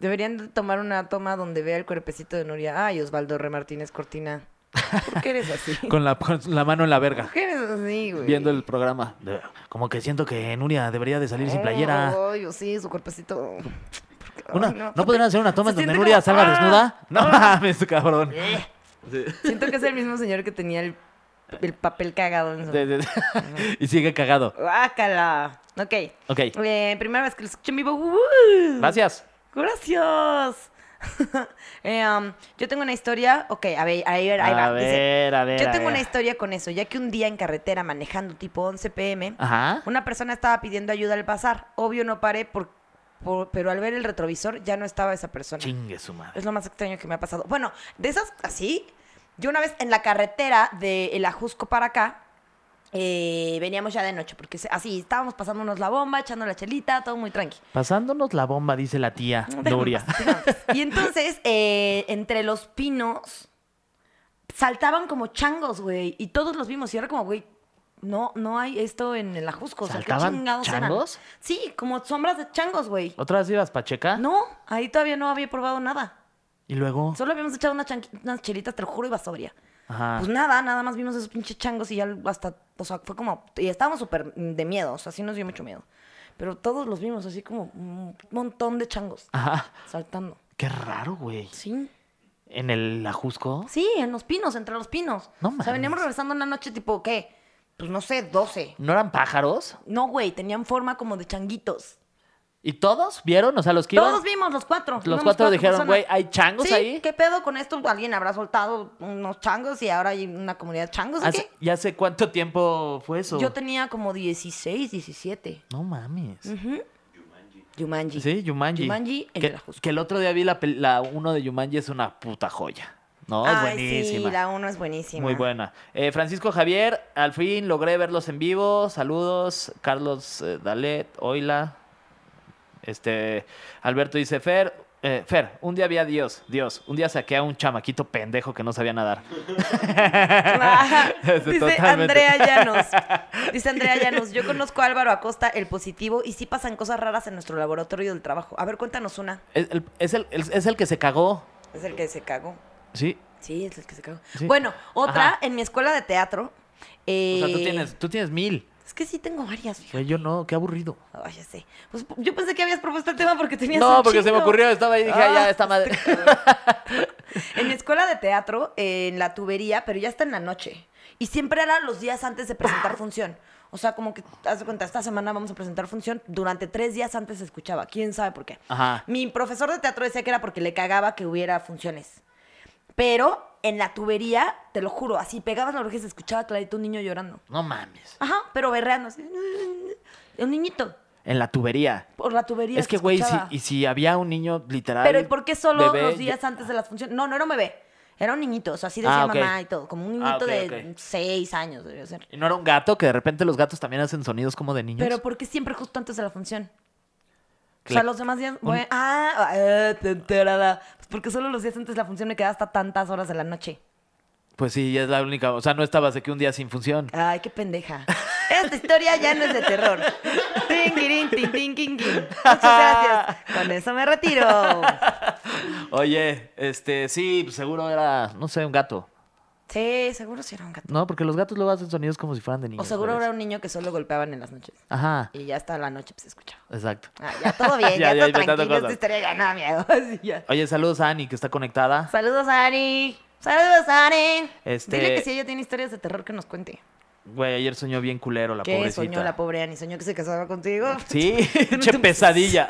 Deberían de tomar una toma donde vea el cuerpecito de Nuria. Ay, Osvaldo Re Martínez Cortina. ¿Por qué eres así? Con la, con la mano en la verga. ¿Por qué eres así, güey? Viendo el programa. De- Como que siento que Nuria debería de salir sin playera. Oh, Ay, yo sí, su cuerpecito. ¿Por qué? Ay, Una- no, ¿No aparte, podrían hacer una toma se en donde siente Nuria como- salga ¡Ah! Eh. desnuda? No mames, cabrón. Siento que es el mismo señor que tenía el, el papel cagado en su... De- de- y sigue cagado. ¡Guácala! Ok. Ok. Eh, primera vez que lo escucho en vivo. ¡Uh! Gracias. Gracias. Eh, um, yo tengo una historia. Ok, a ver, ahí, ahí va. a dice, ver, a ver. yo a tengo una ver. historia con eso, ya que un día en carretera manejando tipo 11 pm, Ajá. una persona estaba pidiendo ayuda al pasar. Obvio no paré, por, por- pero al ver el retrovisor ya no estaba esa persona. Chingue su madre. Es lo más extraño que me ha pasado. Bueno, de esas así, yo una vez en la carretera de El Ajusco para acá, eh, veníamos ya de noche, porque se- así estábamos pasándonos la bomba, echando la chelita, todo muy tranqui. Pasándonos la bomba, dice la tía Déjame Nuria. en paz, déjame en paz. Y entonces, eh, entre los pinos, saltaban como changos, güey. Y todos los vimos. Y era como, güey, no, no hay esto en el ajusco. O sea, ¿qué ¿Saltaban chingados eran? changos? Sí, como sombras de changos, güey. ¿Otra vez ibas Pacheca? No, ahí todavía no había probado nada. Y luego. Solo habíamos echado unas, chanqui- unas chelitas, te lo juro, iba sobria. Ajá. Pues nada, nada más vimos esos pinches changos y ya hasta, o sea, fue como, y estábamos súper de miedo, o sea, sí nos dio mucho miedo. Pero todos los vimos así como un montón de changos Ajá. saltando. Qué raro, güey. Sí. En el ajusco. Sí, en los pinos, entre los pinos. No O sea, veníamos mames. regresando una noche tipo, ¿qué? Pues no sé, 12. ¿No eran pájaros? No, güey, tenían forma como de changuitos. ¿Y todos vieron? O sea, los que iban. Todos vimos, los cuatro. Los íbamos cuatro dijeron, personas. güey, ¿hay changos Sí, ahí? ¿Qué pedo con esto? ¿Alguien habrá soltado unos changos y ahora hay una comunidad de changos? o ¿Hace- qué? ¿Y hace cuánto tiempo fue eso? Yo tenía como 16, 17. No mames. Jumanji. Sí, Yumanji. Jumanji, el que, del ajusco. que el otro día vi la, pel- la uno de Yumanji, es una puta joya. No, es Ay, Oh, buenísima. Sí, la uno es buenísima. Muy buena. Eh, Francisco Javier, al fin logré verlos en vivo. Saludos. Carlos eh, Dalet, Oila. Este, Alberto dice, Fer, eh, Fer, un día había Dios, Dios. Un día saqué a un chamaquito pendejo que no sabía nadar. Ah, Este, Dice totalmente. Andrea Llanos. Dice Andrea Llanos, yo conozco a Álvaro Acosta, el positivo, y sí pasan cosas raras en nuestro laboratorio del trabajo. A ver, cuéntanos una. Es el, es el- es- es el que se cagó. Es el que se cagó. Sí. Sí, es el que se cagó. Sí. Bueno, otra, Ajá. en mi escuela de teatro. O sea, tú eh, tienes, tú tienes mil. Es que sí tengo varias, fíjate. Güey, yo no, qué aburrido. Ay, ya sé. Pues, yo pensé que habías propuesto el tema porque tenías No, un porque se me chingo. ocurrió, estaba ahí y dije, Ah, "Ay, ya, esta madre. En mi escuela de teatro, eh, en la tubería, pero ya está en la noche. Y siempre era los días antes de Ah. presentar función. O sea, como que, haz de cuenta, esta semana vamos a presentar función. Durante tres días antes se escuchaba. ¿Quién sabe por qué? Ajá. Mi profesor de teatro decía que era porque le cagaba que hubiera funciones. Pero en la tubería, te lo juro, así pegabas la oreja y se escuchaba clarito un niño llorando. No mames. Ajá, pero berreando. así. Un niñito. En la tubería. Por la tubería. Es se que, güey, si, escuchaba. y si había un niño literal. Pero ¿y por qué solo bebé, los ya- días antes de las funciones? No, no era un bebé. Era un niñito, o sea, así Ah, decía ok. mamá y todo. Como un niñito Ah, ok, de ok. seis años, debió ser. ¿Y no era un gato? Que de repente los gatos también hacen sonidos como de niños. Pero ¿por qué siempre justo antes de la función? O Que sea, le- los demás días... un- bueno, ah, eh, te enterada. Pues porque solo los días antes de la función me quedaba hasta tantas horas de la noche. Pues sí, ya es la única. O sea, no estabas de que un día sin función. Ay, qué pendeja. Esta historia ya no es de terror. Tinguirín, tin, tin, quin, quin. Muchas gracias. Con eso me retiro. Ah. Oye, este, sí, pues, seguro era, no sé, un gato. Sí, seguro si era un gato. No, porque los gatos luego hacen sonidos como si fueran de O niños. seguro ¿sabes? era un niño que solo golpeaban en las noches. Ajá, Y ya hasta la noche pues, se escuchaba. exacto. Ah, ya todo bien, Ya, ya, ya, todo inventando tranquilo, esta cosas. historia ya no da miedo. así ya. Oye, saludos a Ani, que está conectada. Saludos, Ani. Saludos, Ani. Este- Dile que si ella tiene historias de terror que nos cuente. Güey, ayer soñó bien culero la ¿Qué pobrecita. soñó la pobre Ani? ¿Soñó que se casaba contigo? Sí, che pesadilla.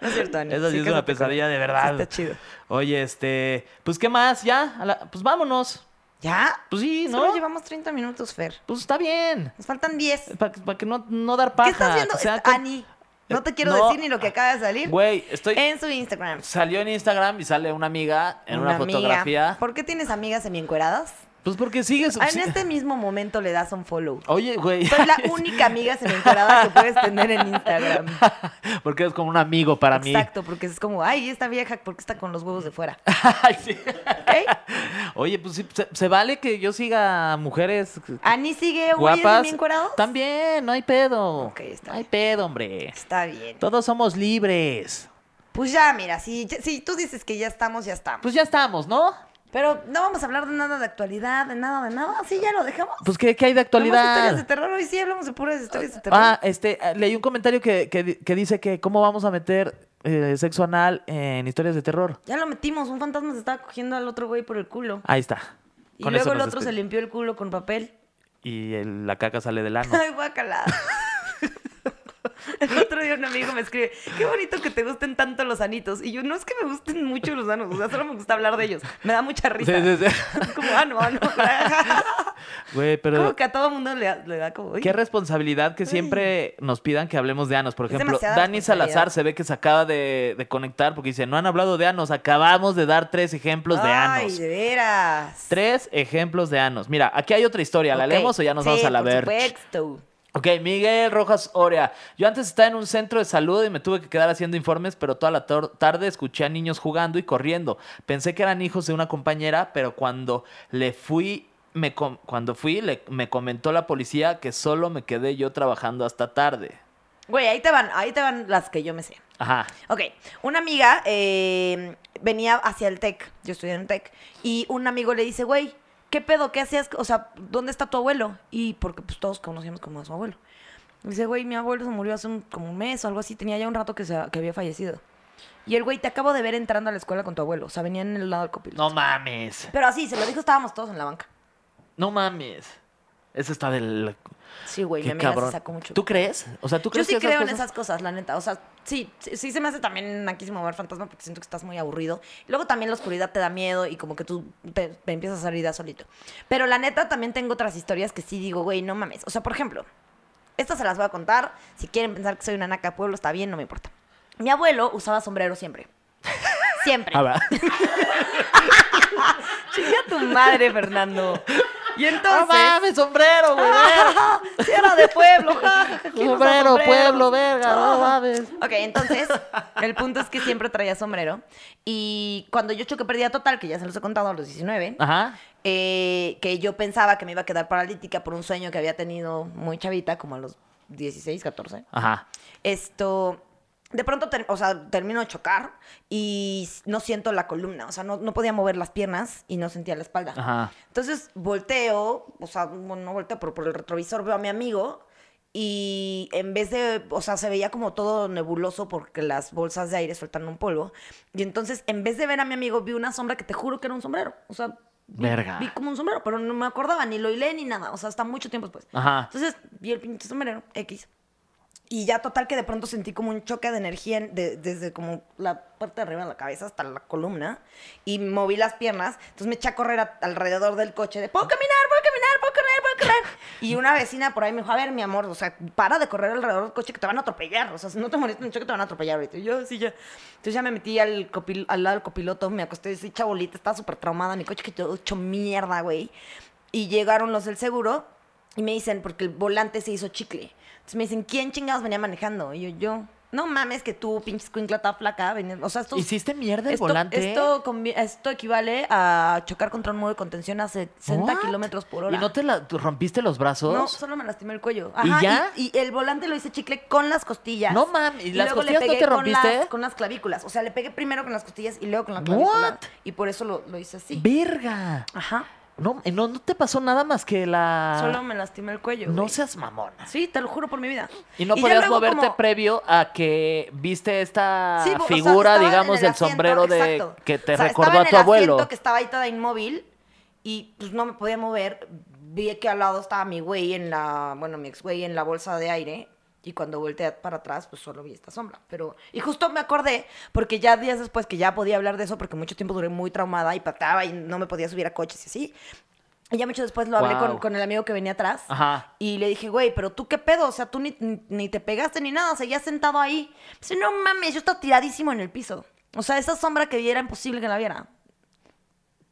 No es cierto, Ani. Esa sí es que una se te pesadilla ocurre. de verdad. Sí está chido. Oye, este, pues qué más, ya, A la- pues vámonos. ¿Ya? Pues sí, ¿no? Solo llevamos 30 minutos, Fer. Pues está bien. Nos faltan 10. Para que no, no dar paja. ¿Qué estás viendo? O sea, Est- con- Ani, no te Eh, quiero no. decir ni lo que acaba de salir. Güey, estoy. En su Instagram. Salió en Instagram y sale una amiga en una, amiga. fotografía. ¿Por qué tienes amigas semiencueradas? Pues porque sigues. Ah, En este mismo momento le das un follow. Oye, güey. Soy Pues la única amiga semiencuerada que puedes tener en Instagram. porque eres como un amigo para Exacto, porque es como, ay, esta vieja, ¿por qué está con los huevos de fuera? mí. Ay, sí. ¿Ok? Oye, pues sí, se, se vale que yo siga mujeres Ani sigue güeyes guapas. semiencuerados. También, no hay pedo. Ok, está no hay pedo, hombre. Está bien. Todos somos libres. Pues ya, mira, si, si tú dices que ya estamos, ya estamos. Pues ya estamos, ¿no? Pero no vamos a hablar de nada de actualidad, de nada, de nada. Sí, ya lo dejamos. Pues ¿qué, qué hay de Hablamos de actualidad? historias de terror. Hoy sí hablamos de puras historias de terror. Ah, este, eh, leí un comentario que, que di- que dice que cómo vamos a meter eh, sexo anal en historias de terror. Ya lo metimos. Un fantasma se estaba cogiendo al otro güey por el culo. Ahí está. Y Con luego eso el nos otro se despedimos. limpió el culo con papel. Y el- la caca sale del ano. Ay, guacala. El otro día un amigo me escribe, qué bonito que te gusten tanto los anitos. Y yo, no es que me gusten mucho los anos, o sea, solo me gusta hablar de ellos. Me da mucha risa. Sí, sí, sí. Como, ah, no, ah, no. Güey, pero Como que a todo mundo le, le da como, "Uy". qué responsabilidad que siempre nos pidan que hablemos de anos. Por Es ejemplo, demasiada Dani responsabilidad. Salazar se ve que se acaba de, de conectar porque dice, no han hablado de anos, acabamos de dar tres ejemplos de Ay, anos. de veras. Tres ejemplos de anos. Mira, aquí hay otra historia. ¿La Ok. leemos o ya nos Sí, vamos a la por ver? supuesto. Ok, Miguel Rojas Orea. Yo antes estaba en un centro de salud y me tuve que quedar haciendo informes, pero toda la tor- tarde escuché a niños jugando y corriendo. Pensé que eran hijos de una compañera, pero cuando le fui, me com- cuando fui, le- me comentó la policía que solo me quedé yo trabajando hasta tarde. Güey, ahí te van, ahí te van las que yo me sé. Ajá. Ok, una amiga eh, venía hacia el TEC, yo estudié en el TEC, y un amigo le dice, güey, ¿qué pedo? ¿Qué hacías? O sea, ¿dónde está tu abuelo? Y porque pues todos conocíamos como a su abuelo. Y dice, güey, mi abuelo se murió hace un- como un mes o algo así, tenía ya un rato que, se, que había fallecido. Y el güey, te acabo de ver entrando a la escuela con tu abuelo, o sea, venía en el lado del copiloto. No mames. Pero así, se lo dijo, estábamos todos en la banca. No mames. Eso está del. Sí, güey, mi Qué amiga cabrón. se sacó mucho. ¿Tú crees? O sea, ¿tú Yo crees sí que creo en cosas- esas cosas, la neta. O sea, sí, sí, sí se me hace también naquísimo ver fantasma porque siento que estás muy aburrido. Luego también la oscuridad te da miedo y como que tú te, te empiezas a salir ideas solito. Pero la neta también tengo otras historias que sí digo, güey, no mames. O sea, por ejemplo, estas se las voy a contar. Si quieren pensar que soy una naca de pueblo, está bien, no me importa. Mi abuelo usaba sombrero siempre. Siempre. Ah, va. Chinga tu madre, Fernando. Y No entonces... mames, sombrero, güey. Sí, era de pueblo. ja, ja, ja, ¿quién usa Sombrero, sombreros? pueblo, verga, no Ah. mames. Ok, entonces, el punto es que siempre traía sombrero. Y cuando yo choqué pérdida total, que ya se los he contado a los 19, Ajá. eh, que yo pensaba que me iba a quedar paralítica por un sueño que había tenido muy chavita, como a los 16, 14. Ajá. Esto, de pronto, ter- o sea, termino de chocar y s- no siento la columna. O sea, no, no podía mover las piernas y no sentía la espalda. Ajá. Entonces volteo, o sea, bueno, no volteo, pero por el retrovisor veo a mi amigo y en vez de, o sea, se veía como todo nebuloso porque las bolsas de aire sueltan un polvo. Y entonces, en vez de ver a mi amigo, vi una sombra que te juro que era un sombrero. O sea, vi- Verga. Vi, como un sombrero, pero no me acordaba, ni lo hilé ni nada. O sea, hasta mucho tiempo después. Ajá. Entonces, vi el pinche sombrero, X. Y ya total que de pronto sentí como un choque de energía en- de- desde como la parte de arriba de la cabeza hasta la columna y moví las piernas. Entonces me eché a correr a- alrededor del coche de puedo caminar, puedo caminar, puedo correr, puedo correr. Y una vecina por ahí me dijo, a ver, mi amor, o sea, para de correr alrededor del coche que te van a atropellar. O sea, si no te moriste en un choque te van a atropellar ahorita. Y yo, sí, ya. Entonces ya me metí al, copil- al lado del copiloto, me acosté así chabolita, estaba súper traumada, mi coche que yo hecho mierda, güey. Y llegaron los del seguro y me dicen, porque el volante se hizo chicle. Entonces me dicen, ¿quién chingados venía manejando? Y yo, yo. No mames que tú, pinche escuincla, toda flaca. venía- O sea, esto... ¿Hiciste mierda el esto, volante? Esto, convi- esto equivale a chocar contra un muro de contención a 60 What? kilómetros por hora. ¿Y no te la, tú rompiste los brazos? No, solo me lastimé el cuello. ¿Y Ajá, ya? Y, y el volante lo hice chicle con las costillas. No mames, ¿y las luego le costillas no pegué te con las- Con rompiste? las, clavículas. O sea, le pegué primero con las costillas y luego con la clavícula. What? Y por eso lo, lo hice así. ¡Verga! Ajá. No, eh, no, no te pasó nada más que la... Solo me lastimé el cuello. Ah. No güey. seas mamona. Sí, te lo juro por mi vida. Y no ya podías luego moverte como- previo a que viste esta Sí, o sea, figura, estaba digamos, en el del sombrero asiento, de exacto. que te O sea, recordó estaba a en tu el abuelo. asiento que estaba ahí toda inmóvil y pues no me podía mover. Vi que al lado estaba mi güey en la, bueno, mi ex güey en la bolsa de aire. Y cuando volteé para atrás, pues solo vi esta sombra. Pero, y justo me acordé, porque ya días después que ya podía hablar de eso, porque mucho tiempo duré muy traumada y pataba y no me podía subir a coches y así. Y ya mucho después lo hablé Wow. con, con el amigo que venía atrás. Ajá. Y le dije, güey, pero tú qué pedo, o sea, tú ni, ni- ni te pegaste ni nada, seguías sentado ahí. Dice, no mames, yo estaba tiradísimo en el piso. O sea, esa sombra que vi era imposible que la viera.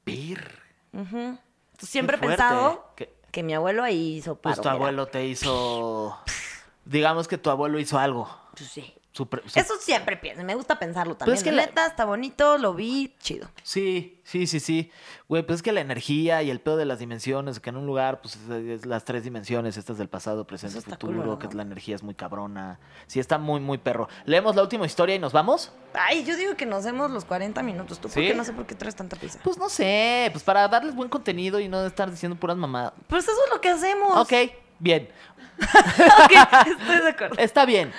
Vir. Entonces, siempre he fuerte. pensado Qué- que mi abuelo ahí hizo paro. Pues tu mira. abuelo te hizo. Digamos que tu abuelo hizo algo. Pues sí. Super- su- Eso siempre pienso, me gusta pensarlo también. Pues es que la- la neta está bonito, lo vi, chido. Sí, sí, sí, sí. Güey, pues es que la energía y el pedo de las dimensiones, que en un lugar, pues es, es las tres dimensiones, estas del pasado, presente, está futuro, culero, que ¿no? la energía es muy cabrona. Sí, está muy, muy perro. ¿Leemos la última historia y nos vamos? Ay, yo digo que nos demos los 40 minutos. ¿Tú por ¿Sí? qué no sé por qué traes tanta prisa? Pues no sé, pues para darles buen contenido y no estar diciendo puras mamadas. Pues eso es lo que hacemos. Ok, bien. Ok, estoy de acuerdo. Está bien.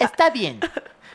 Está bien.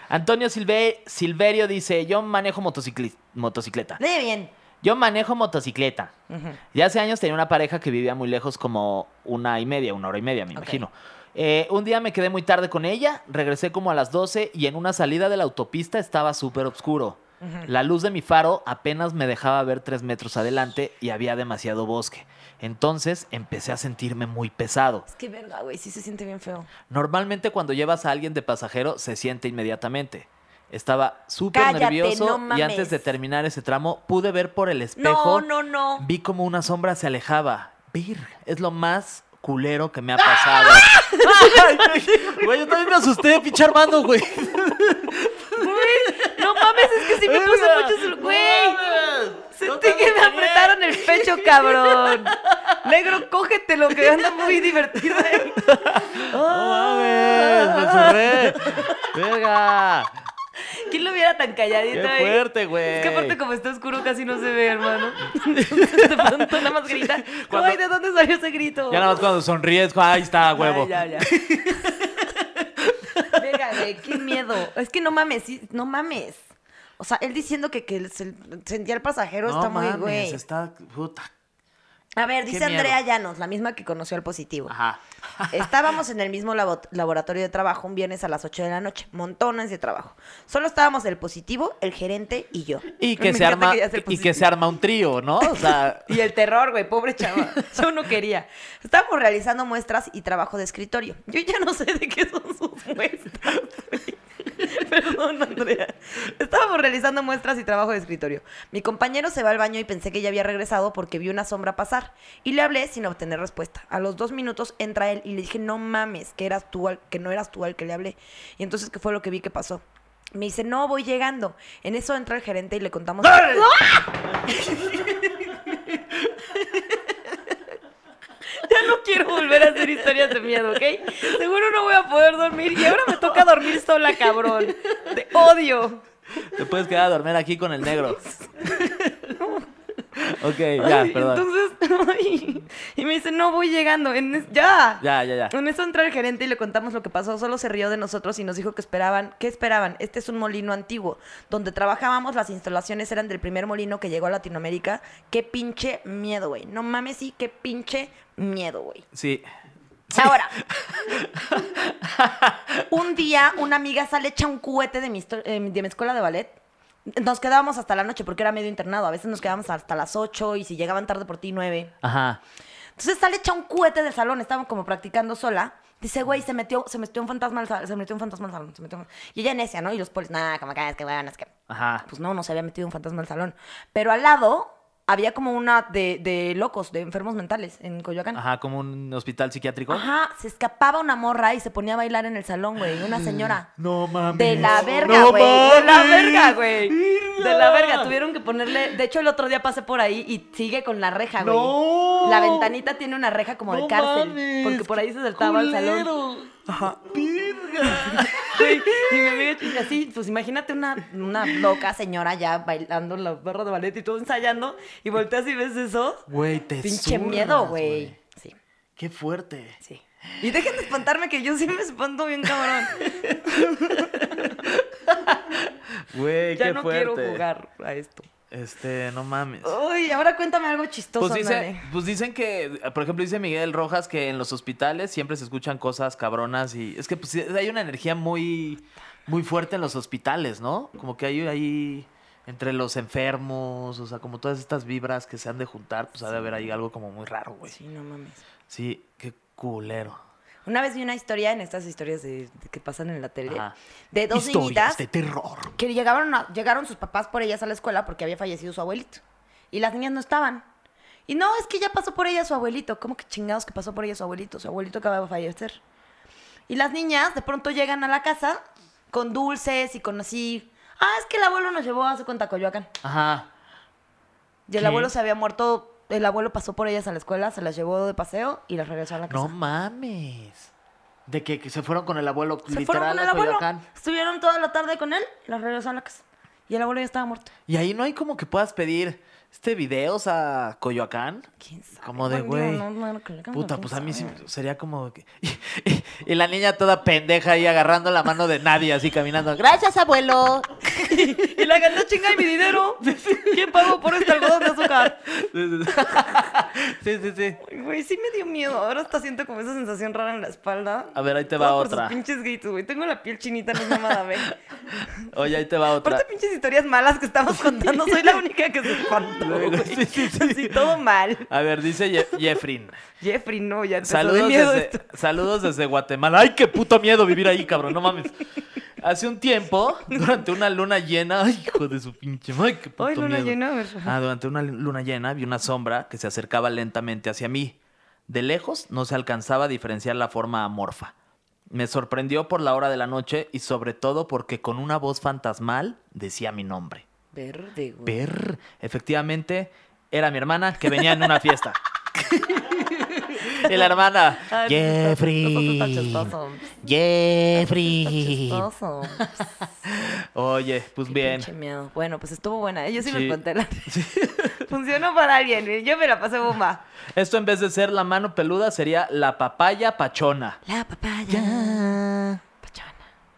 Antonio Silve- Silverio dice, yo manejo motocicli- motocicleta. Lee bien. Yo manejo motocicleta. Ujú. Ya hace años tenía una pareja que vivía muy lejos, como una y media, una hora y media, me Ok. imagino. Eh, un día me quedé muy tarde con ella, regresé como a las 12 y en una salida de la autopista estaba súper oscuro. Mm. La luz de mi faro apenas me dejaba ver tres metros adelante y había demasiado bosque. Entonces empecé a sentirme muy pesado. Es que verga, güey, sí se siente bien feo. Normalmente cuando llevas a alguien de pasajero se siente inmediatamente. Estaba súper Cállate, nervioso no y antes de mames. terminar ese tramo pude ver por el No, espejo no, no. Vi como una sombra se alejaba. Vir, es lo más culero que me ha pasado. Ay, güey, Güey, yo también me asusté, pinche Armando, güey. No mames, es que sí me puse Verga. muchos. Güey, No mames. No sentí te que me imaginé. apretaron el pecho, cabrón. Negro, cógetelo, que anda muy divertido ahí. No mames, me zurré. Verga. ¿Quién lo viera tan calladito Qué ahí? fuerte, güey. Es que aparte como está oscuro casi no se ve, hermano. Entonces de pronto nada más grita. Cuando- Ay, ¿de dónde salió ese grito? Ya nada más cuando sonríes, pues, ahí está, huevo. Ay, ya, ya. Venga, güey, qué miedo. Es que no mames, sí, no mames. O sea, él diciendo que, que se- sentía el pasajero No está mames, muy güey. está puta. A ver, dice Qué miedo. Andrea Llanos, la misma que conoció al positivo. Ajá. Estábamos en el mismo labo- laboratorio de trabajo un viernes a las 8 de la noche. Montones de trabajo. Solo estábamos el positivo, el gerente y yo. Y que Me se encanta arma ya sea el y que positivo. se arma un trío, ¿no? O sea, Y el terror, güey, pobre chava. Yo no quería. Estábamos realizando muestras y trabajo de escritorio. Yo ya no sé de qué son sus muestras. güey. Perdón, Andrea. Estábamos realizando muestras y trabajo de escritorio. Mi compañero se va al baño y pensé que ya había regresado porque vi una sombra pasar. Y le hablé sin obtener respuesta. A los dos minutos entra él y le dije, no mames, que, eras tú al- que no eras tú al que le hablé. Y entonces, ¿qué fue lo que vi que pasó? Me dice, no, voy llegando. En eso entra el gerente y le contamos... Ya no quiero volver a hacer historias de miedo, ¿ok? Seguro no voy a poder dormir y ahora me toca dormir sola, cabrón. Te odio. te puedes quedar a dormir aquí con el negro. Ok, ya, Ay, perdón. Entonces, ay, y me dice, no voy llegando. en es- ya. Ya, ya, ya. En eso entra el gerente y le contamos lo que pasó. Solo se rió de nosotros y nos dijo que esperaban. ¿Qué esperaban? Este es un molino antiguo. Donde trabajábamos, las instalaciones eran del primer molino que llegó a Latinoamérica. Qué pinche miedo, güey. No mames, sí, qué pinche miedo, güey. Sí. Ahora, un día una amiga sale hecha un cohete de mi, histo- eh, de mi escuela de ballet. Nos quedábamos hasta la noche porque era medio internado. A veces nos quedábamos hasta las 8 y si llegaban tarde por ti, 9. Ajá. Entonces sale hecha un cohete del salón. Estábamos como practicando sola. Dice, güey, se metió, se metió un fantasma al salón. Se metió un fantasma al salón. se metió un- Y ella necia, ¿no? Y los polis, nada, como que es que, bueno, es que Ajá. pues no, no se había metido un fantasma al salón. Pero al lado había como una de, de locos, de enfermos mentales en Coyoacán. Ajá, como un hospital psiquiátrico. Ajá, se escapaba una morra y se ponía a bailar en el salón, güey. Una señora. No mames. De la verga, Mm. No güey. de la mames. verga, güey. De la Irla. verga. Tuvieron que ponerle. De hecho, el otro día pasé por ahí y sigue con la reja, güey. No. La ventanita tiene una reja como de No cárcel. mames, Porque por ahí se qué saltaba al salón. culero. Verga. Güey, Y mi amiga y así, pues imagínate una, una loca señora ya bailando en la barra de ballet y todo ensayando. Y volteas y ves eso. Güey, te Pinche zurras, miedo, güey. Sí, Qué fuerte. sí. Y dejen de espantarme que yo sí me espanto bien cabrón. Güey, Ya qué no fuerte. quiero jugar a esto. Este, no mames. Uy, ahora cuéntame algo chistoso. Pues, dice, ándale. pues dicen que, por ejemplo, dice Miguel Rojas que en los hospitales siempre se escuchan cosas cabronas y es que pues, hay una energía muy, muy fuerte en los hospitales, ¿no? Como que hay ahí entre los enfermos, o sea, como todas estas vibras que se han de juntar, pues ha de haber ahí algo como muy raro, güey. Sí, no mames. Sí, qué culero. Una vez vi una historia en estas historias de, de que pasan en la tele Ajá. de dos niñitas Historias de terror. que llegaron, a- llegaron sus papás por ellas a la escuela porque había fallecido su abuelito. Y las niñas no estaban. Y no, es que ya pasó por ella su abuelito. ¿Cómo que chingados que pasó por ella su abuelito? Su abuelito acaba de fallecer. Y las niñas de pronto llegan a la casa con dulces y con así. Ah, es que el abuelo nos llevó a su Coyoacán. Ajá. Y el ¿Qué? abuelo se había muerto. El abuelo pasó por ellas a la escuela, se las llevó de paseo y las regresó a la casa. No mames. De que, que se fueron con el abuelo se literal fueron con el a abuelo. Coyoacán. Estuvieron toda la tarde con él, las regresó a la casa. Y el abuelo ya estaba muerto. Y ahí no hay como que puedas pedir este videos a Coyoacán. ¿Quién sabe? Como de, Bueno, digo, güey. no, no, no, creo que no, Puta, quién pues a mí sí sabe. sería como que... y la niña toda pendeja ahí agarrando la mano de nadie, así caminando. Gracias, abuelo. Y la ganó chinga y mi dinero. ¿Quién pagó por este algodón de azúcar? Sí, sí, sí. Güey, sí me dio miedo. Ahora hasta siento como esa sensación rara en la espalda. A ver, ahí Ah, te Todo va por otra. Sus pinches gritos, güey. Tengo la piel chinita, no es mamada, güey. Oye, ahí te va otra. Aparte, pinches historias malas que estamos contando. Soy la única que se espantó, Luego, güey. sí, sí, sí. Así, todo mal. A ver, dice Ye- Jeffrin. Jeffrey, no, ya empezó de Saludos miedo desde, esto. saludos desde Guatemala. Ay, qué puto miedo vivir ahí, cabrón, no mames. Hace un tiempo, durante una luna llena, ay, hijo de su pinche madre, qué puto Ay, luna miedo. llena, a ver, ajá. Ah, durante una luna llena vi una sombra que se acercaba lentamente hacia mí. De lejos no se alcanzaba a diferenciar la forma amorfa. Me sorprendió por la hora de la noche y sobre todo porque con una voz fantasmal decía mi nombre. Verde, güey. Ver, efectivamente, era mi hermana que venía en una fiesta. y la hermana, Ay, Jeffrey. eso está chistoso. Jeffrey. Chistoso. Oye, pues Qué bien. pinche miedo. Bueno, pues estuvo buena. ¿eh? Yo sí, Sí. les conté la. Funcionó para alguien. ¿eh? Yo me la pasé bomba. Esto en vez de ser la mano peluda sería la papaya pachona. La papaya. Pachona.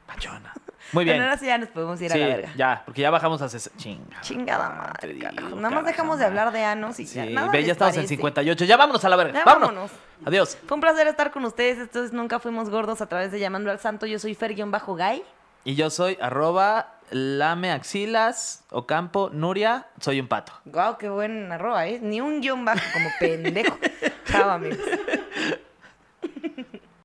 Pachona. Muy Bueno, bien. ahora sí ya nos podemos ir Sí, a la verga. ya, porque ya bajamos a... ses- Chinga. Chingada Te madre. digo, carajo. Nada carajo, más dejamos de madre. hablar de Anos y Sí, ya. Nada ve, les ya estamos en parece. 58. Ya vámonos a la verga. Ya vámonos. vámonos. Adiós. Fue un placer estar con ustedes. Esto es Nunca Fuimos Gordos a través de Llamando al Santo. Yo soy Fer-Gay. Y yo soy arroba lameaxilas, ocampo, nuria, soy un pato. Guau, qué buen arroba, ¿eh? Ni un guión bajo, como pendejo. Chao, amigos.